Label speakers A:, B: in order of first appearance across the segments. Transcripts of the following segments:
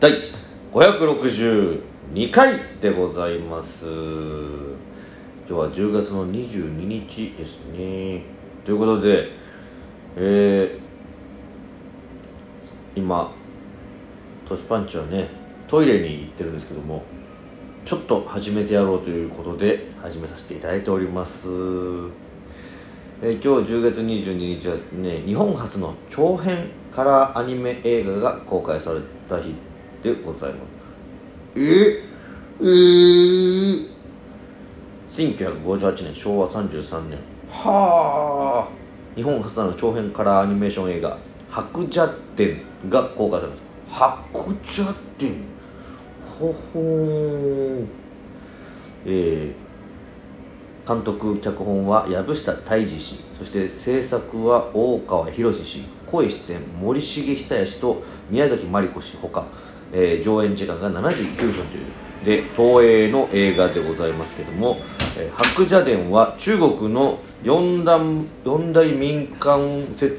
A: 第562回でございます今日は10月の22日ですねということでえー、今トシパンチはねトイレに行ってるんですけどもちょっと始めてやろうということで始めさせていただいておりますえー今日10月22日はですね日本初の長編カラーアニメ映画が公開された日でございますええ1958年昭和33年はあ日本初の長編カラーアニメーション映画「白蛇伝」が公開されました白蛇伝ほほーんえー、監督脚本は藪下泰治氏そして制作は大川博氏声出演森重久彌氏と宮崎真理子氏ほか、えー上演時間が79分というで東映の映画でございますけども「えー白蛇伝」は中国の四大四大民間説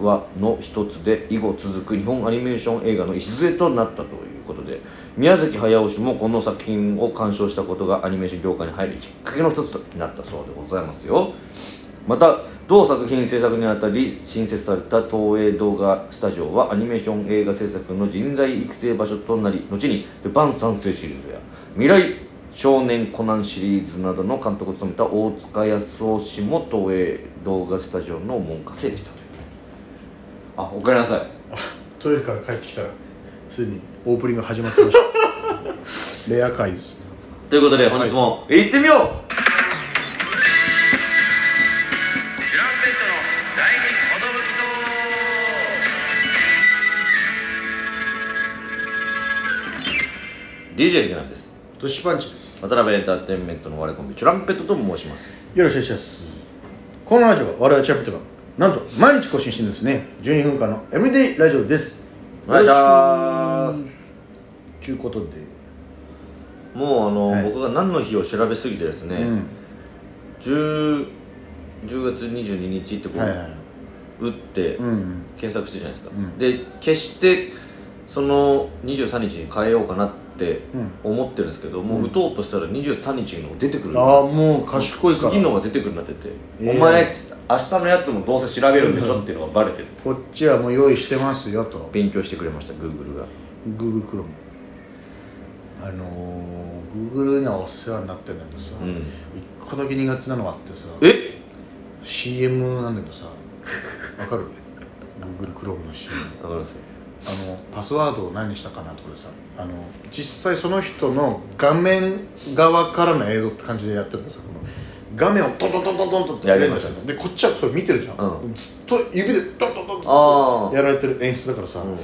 A: 話の一つで以後続く日本アニメーション映画の礎となったということで宮崎駿氏もこの作品を鑑賞したことがアニメーション業界に入るきっかけの一つになったそうでございますよまた同作品制作にあたり新設された東映動画スタジオはアニメーション映画制作の人材育成場所となり後に「ルパン三世」シリーズや「未来少年コナン」シリーズなどの監督を務めた大塚康夫氏も東映動画スタジオの門下生でしたというあおかえりなさい
B: トイレから帰ってきたらすでにオープニング始まってまし たレア回です
A: ということで本日も行ってみよう、DJ 池なんです
B: トシパンチです
A: 渡辺エンターテインメントの我コンビチュランペットと申します
B: よろしくお願いしますこのラジオは我々チャップとがなんと毎日更新してるんですね12分間のエブリデイラジオです
A: お願いします
B: ということで、
A: もうあの、
B: はい
A: 僕が何の日を調べすぎてですね、
B: うん
A: 10, 10月22日ってこう、
B: はいはいはい
A: 打って
B: うん
A: 検索してるじゃないですか、
B: うん
A: で決してその23日に変えようかなって
B: うん
A: 思ってるんですけど、もう打とうとしたら23日の出てくる
B: ああもう賢いから
A: 次のが出てくるようになってて、
B: えー
A: お前明日のやつもどうせ調べるんでしょっていうのがバレてる
B: こっちはもう用意してますよと
A: 勉強してくれました Google が
B: Google Chrome あのー、Google にはお世話になってんだけどさ、
A: う
B: 一
A: ん
B: 個だけ苦手なのがあってさ
A: え
B: CM なんだけどさわかる Google Chrome の CM
A: わかります
B: あのパスワードを何にしたかなとかでさあの実際その人の画面側からの映像って感じでやってるからさこの画面をトントントントントンって
A: やりましたね
B: でこっちはそれ見てるじゃん、
A: う
B: ずっと指でトントントント
A: あ
B: ンっ
A: ー
B: てやられてる演出だからさ、
A: うん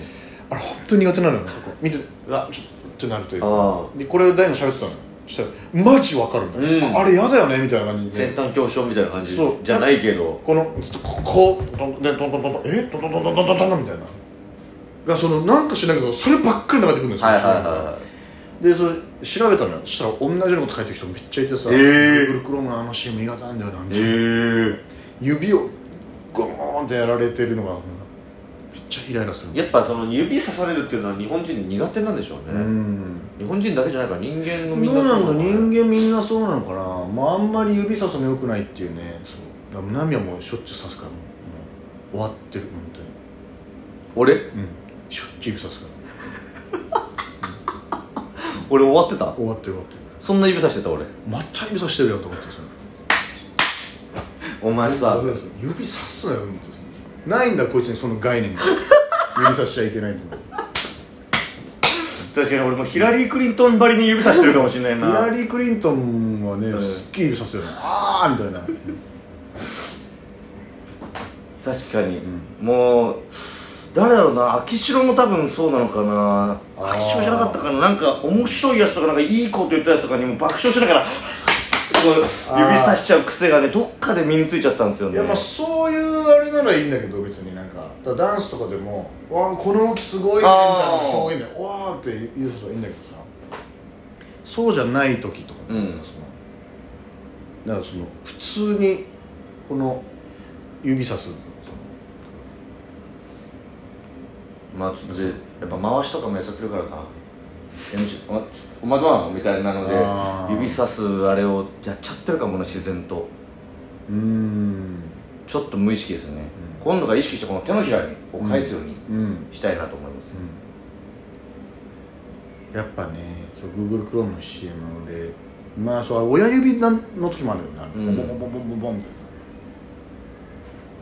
B: あれ本当に苦手なのよなんかこう見てうわちょっとってなるという
A: あ
B: かでこれを大の喋ってたのよそしたらマジわかるんだよ、
A: うん
B: ああれやだよねみたいな感じで
A: 先端教師みたいな感じ
B: そう
A: じゃないけど
B: このずっとここうトンでトントントントンえトントントントントントントンみたいながそのなんか知らんけどそればっかり流れてくるんですよ、
A: はいはいは
B: でそれ調べたのよそしたら同じようなこと書いてる人めっちゃいてさ
A: え
B: 「
A: ー
B: グルクロームのあのシーン苦手なんだよな」み
A: い
B: たいな
A: え
B: 指をゴーンってやられてるのがめっちゃイライラする
A: やっぱその指刺されるっていうのは日本人苦手なんでしょうね、
B: うん
A: 日本人だけじゃないから人間
B: ど
A: の
B: う
A: みんな
B: なん
A: そ
B: だ
A: う
B: 人間みんなそうなのかな、まあ、あんまり指さすのよくないっていうねそうだから涙もしょっちゅうさすからもうもう終わってる本当に
A: 俺
B: うんしょっちゅう指さすから
A: 俺終わってた
B: 終わってる終わってる
A: そんな指さしてた俺
B: また指さしてるやんと思ってさ
A: お前さ
B: 指さすなよ本当にないんだこいつにその概念が指さしちゃいけないとか
A: 確かに俺もヒラリー・クリントンばりに指さしてるかもしれない
B: ヒラ
A: な
B: リー・クリントンはね
A: うん
B: すっきり指さすよねああみたいな
A: 確かに、
B: ん
A: もう誰だろうな秋城も多分そうなのかな
B: あー
A: 秋城じゃなかったかななんか面白いやつとかなんかいいこと言ったやつとかにも爆笑しながらこう指さしちゃう癖がねどっかで身についちゃったんですよ
B: い
A: ね
B: やまあそういうあれならいいんだけど別になんかだからダンスとかでも「わあこの動きすごいね」みたい
A: あー
B: な表現で「わあ」って指さすのはいいんだけどさそうじゃない時とかね、
A: うん
B: そのだからその普通にこの指さすその
A: まあちょっとでやっぱ回しとかもやっちゃってるからかな MC お前お前どうなのみたいなので
B: あー
A: 指さすあれをやっちゃってるかもな自然と
B: うーん
A: ちょっと無意識ですよね、
B: うん
A: 今度から意識してこの手のひらを返すように
B: うん、うん、
A: したいなと思います、
B: やっぱねそう Google Chrome の CM でまあそう親指なんの時もあるよねあの
A: うん
B: ボンボンボンボンボンボンみ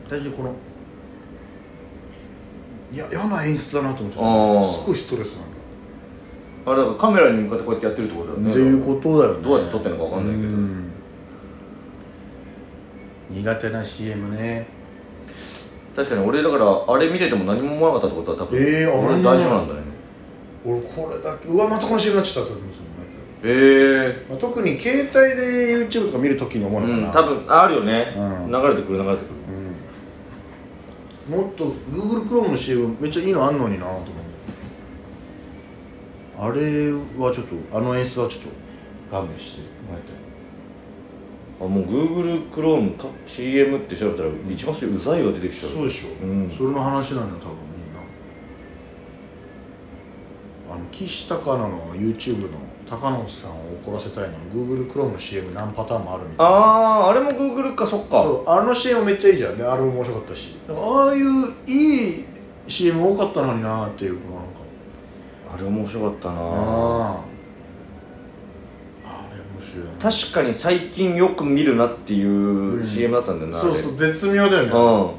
B: たいな大事にこのいや嫌な演出だなと思って
A: あー
B: たすごいストレスなんだ
A: あれだからカメラに向かってこうやってやってるってことだよね
B: っていうことだよね
A: どうやって撮ってるのかわかんないけど
B: うん苦手な CM ね
A: 確かに俺だからあれ見てても何も思わなかったってことは多分、
B: えーあ
A: 俺
B: れ
A: 大丈夫なんだね
B: 俺これだけうわまたこの CM になっちゃったって思うんですよね
A: ええ
B: まあ、特に携帯で YouTube とか見るときに思うのか
A: う
B: な、
A: ん多分あるよね、
B: うん
A: 流れてくる流れてくる
B: うんもっと Google Chrome の CM めっちゃいいのあんのになと思うあれはちょっとあの演出はちょっと勘弁してもらいたい
A: あもう Google Chrome か CM って調べたら一番最初うざいが出てきちゃう
B: そうでしょ、
A: うん
B: それの話なのよ多分みんなあの岸高菜の YouTube の高野さんを怒らせたいの Google Chrome の CM 何パターンもあるみたいな
A: あああれも Google かそっか
B: そうあの CM めっちゃいいじゃんねあれも面白かったしなんかああいういい CM 多かったのになっていうこのなんか
A: あれ面白かったな
B: あああれ面白いな
A: 確かに最近よく見るなっていううん CM だったんだよな、
B: そうそう絶妙だよね
A: あれうん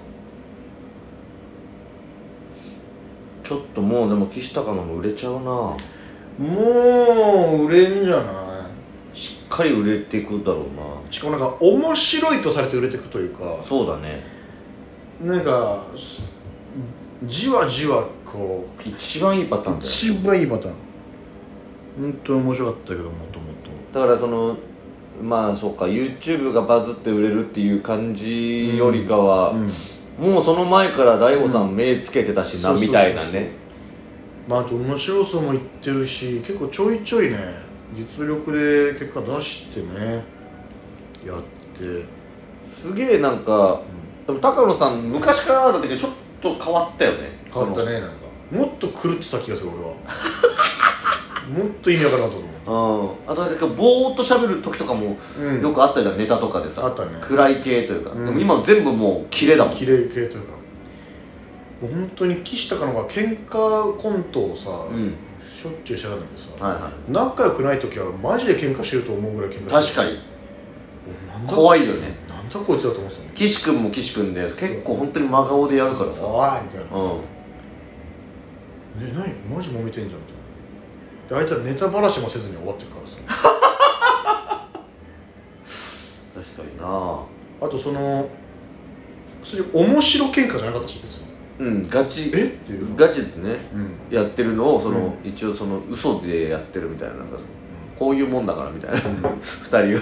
A: ちょっともうでも岸高野も売れちゃうな
B: もう売れんじゃな
A: しっかり売れていくだろう
B: いしかもなんか面白いとされて売れていくというか
A: なそうだね
B: なんかすじわじわこう
A: 一番いいパターンだよ
B: 一番いいパターン本当に面白かったけどもともと
A: だからそのまあそうか YouTube がバズって売れるっていう感じよりかは、
B: うん
A: もうその前から大悟さん目つけてたしな、
B: そうそうそうそう
A: みたいなね
B: まああと面白さもいってるし結構ちょいちょいね実力で結果出してねやって、
A: すげえなんか
B: うん
A: でも高野さん昔からだったけどちょっと変わったよね
B: 変わったねなんかもっと狂ってた気がする俺は もっと意味わからなかったと
A: そのうんあとなんかぼーっと喋る時とかも
B: 思う、うん、
A: よくあったじゃんネタとかで
B: あ
A: さ
B: ったね
A: 暗い系というか、
B: うん
A: でも今全部もうキレだもん
B: 綺麗系というかもう本当に岸高野が喧嘩コントをさ、
A: うん
B: しょっちゅうしてたんだけどさ、
A: はいは
B: 仲良くない時はマジで喧嘩してると思うぐらい
A: い
B: 喧嘩
A: 確
B: して
A: か
B: る
A: に
B: 確
A: 怖いよね
B: なんだこいつだと思ってたの
A: 岸君も岸君で結構本当に真顔でやるからさ
B: 怖いみたいな
A: うん
B: 「ね何マジ揉めてんじゃん」みたいなであいつらネタばらしもせずに終わってくからさ
A: 確かにな
B: あとその普通に面白喧嘩じゃなかったし別に
A: うんガチ
B: えっていうの
A: ガチでね
B: うん、うん、
A: やってるのをその、一応その嘘でやってるみたいななんかそのこういうもんだからみたいな 二人が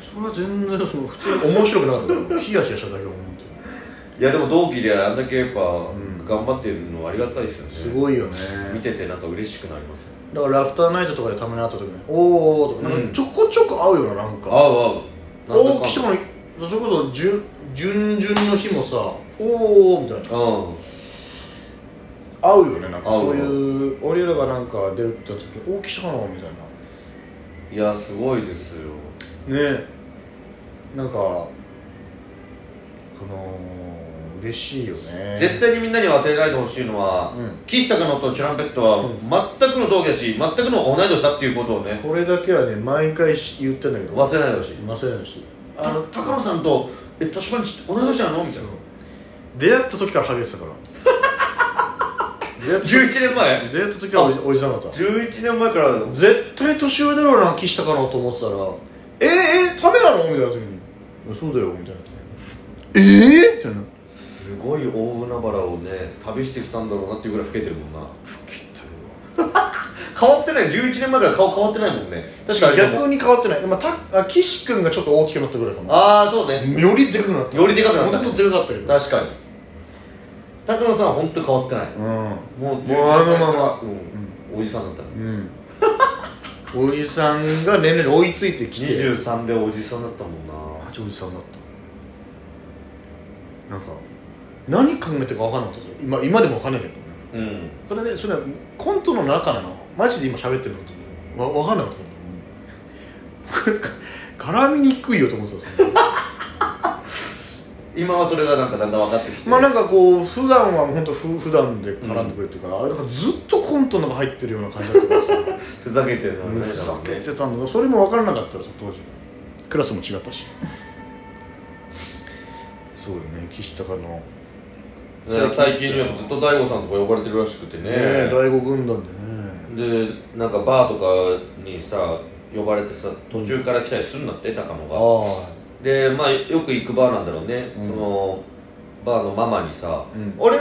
B: それは全然その普通に面白くなかったからヒヤヒヤしただけ思って
A: いやでも同期であんだけやっぱ
B: ん
A: 頑張ってるのはありがたいですよね
B: すごいよね
A: 見ててなんか嬉しくなります
B: だからラフターナイトとかでたまに会った時に「おお」とかなん
A: うん
B: かちょこちょこ会うよななんか、
A: 合う合う
B: おお岸本それこそじゅ準々の日もさおおみたいな
A: う
B: 合うよねなんか
A: 合う
B: そういう俺らがなんか出るってやった時おお岸本みたいな
A: いや
B: ん
A: すごいですよ
B: ねえなんかその嬉しいよね
A: 絶対にみんなに忘れないでほしいのは、
B: うん
A: 岸高野とチュランペットは
B: うん
A: 全くの同期だし全くの同い年だっていうことをね
B: これだけはね毎回し言ってんだけど
A: 忘れないでほしい
B: 忘れないし
A: あの高野さんと「えっ年パンチ同い年なの?」みたいな
B: 出会った時からハゲ てたから出会った時
A: 11年前
B: 出会った時はおじおじさんだった
A: 11年前から
B: 絶対年上だろうな岸高野と思ってたら「ええためなの?」みたいな時にいや「そうだよ」みたいな「ええみたいな
A: すごい大海原をね旅してきたんだろうなっていうぐらい老けてるもんな変わってない11年前から顔変わってないもんね
B: 確かに
A: 二人とも
B: 逆に変わってない、まあ、たあ岸君がちょっと大きくなったぐらいかな
A: ああそうね
B: よりでかくなった
A: よりでかくなったね
B: もともとでかかったけど
A: 確かに高野さんは本当変わってない
B: うん
A: もう11
B: もうあの
A: 年前
B: ま
A: から
B: ま
A: うんおじさんだったの
B: うんおじさんが年齢に追いついてきて
A: 23でおじさんだったもんな
B: マジおじさんだったなんか何考えてるか分からなかったですよ今今でも分かんないけどね
A: うん
B: それねそれはコントの中なのマジで今喋ってるのとわ分かんなかった僕か絡みにくいよと思ってた それ
A: 今はそれがなんかだんだん分かってきて
B: まあなんかこう普段は本当ふ普段で絡んでくれてるから、あれなんかずっとコントの中入ってるような感じだったから さ
A: ふざけてるの
B: ふ
A: ね
B: ざけてたんだけどそれも分からなかったらさ当時クラスも違ったしそうよね岸高の
A: ね最近にはずっと大悟さんとか呼ばれてるらしくてね
B: ねえ第五軍団でね
A: でなんかバーとかにさ呼ばれてさ途中から来たりするんだって高野が
B: あ
A: でまあよく行くバーなんだろうね、
B: うん
A: そのバーのママにさ「
B: うん
A: あれ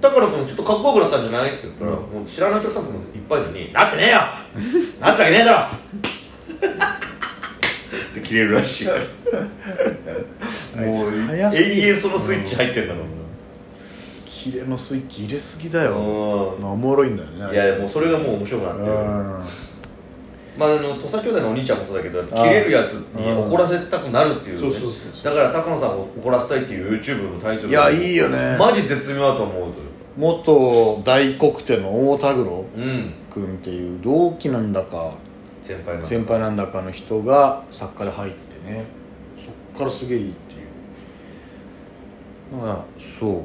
A: 高野君ちょっとかっこよくなったんじゃない?」って言ったら、
B: うん
A: もう知らないお客さんとかもいっぱいいるのに「なって ねえよなったわけねえだろ! 」って切れるらしいも
B: あいつ
A: う
B: 早すぎる
A: 永遠そのスイッチ入ってんだろう
B: あキレのスイッチ入れすぎだよ、
A: な、
B: まあおもろいんだよね
A: うんいやもうそれがもう面白くな
B: う
A: っ
B: ん
A: てる、まあ、あの土佐兄弟のお兄ちゃんもそうだけど
B: ー
A: 切れるやつに怒らせたくなるっていう,、
B: そうそうそうそ
A: だから高野さんを怒らせたいっていう YouTube のタイトル
B: いやいいよね
A: マジ絶妙だと思うという
B: 元大黒手の大田黒
A: うん
B: 君っていう同期なんだか
A: 先輩の
B: 先輩なんだかの人が作家で入ってねそっからすげえいいっていうだからそう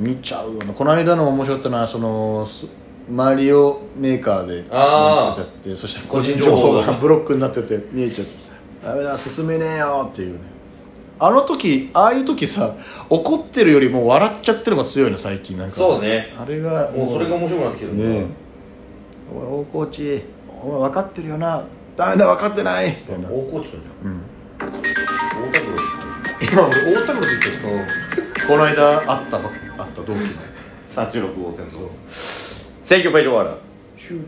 B: 見ちゃうよなこの間のも面白かったなそのすマリオメーカーで
A: あー
B: 作ってあってそして個
A: 個人
B: 人
A: 情
B: 情
A: 報
B: 報
A: が
B: がブロックになってて見えちゃってダメだ進めねえよっていうねあの時ああいう時さ怒ってるよりも笑っちゃってるのが強いの最近なんか
A: そうね
B: あれが
A: もうそれが面白くなってきてるんだ、
B: ねえおい大河内お前分かってるよなダメだ分かってないみた
A: 大
B: いな、
A: 河内くんじ
B: うん、
A: ゃん大田
B: 今俺大田黒って言ってたじゃん
A: 区の
B: この間会ったばっ会った同期の
A: 36号線の選挙会場ある
B: シュッ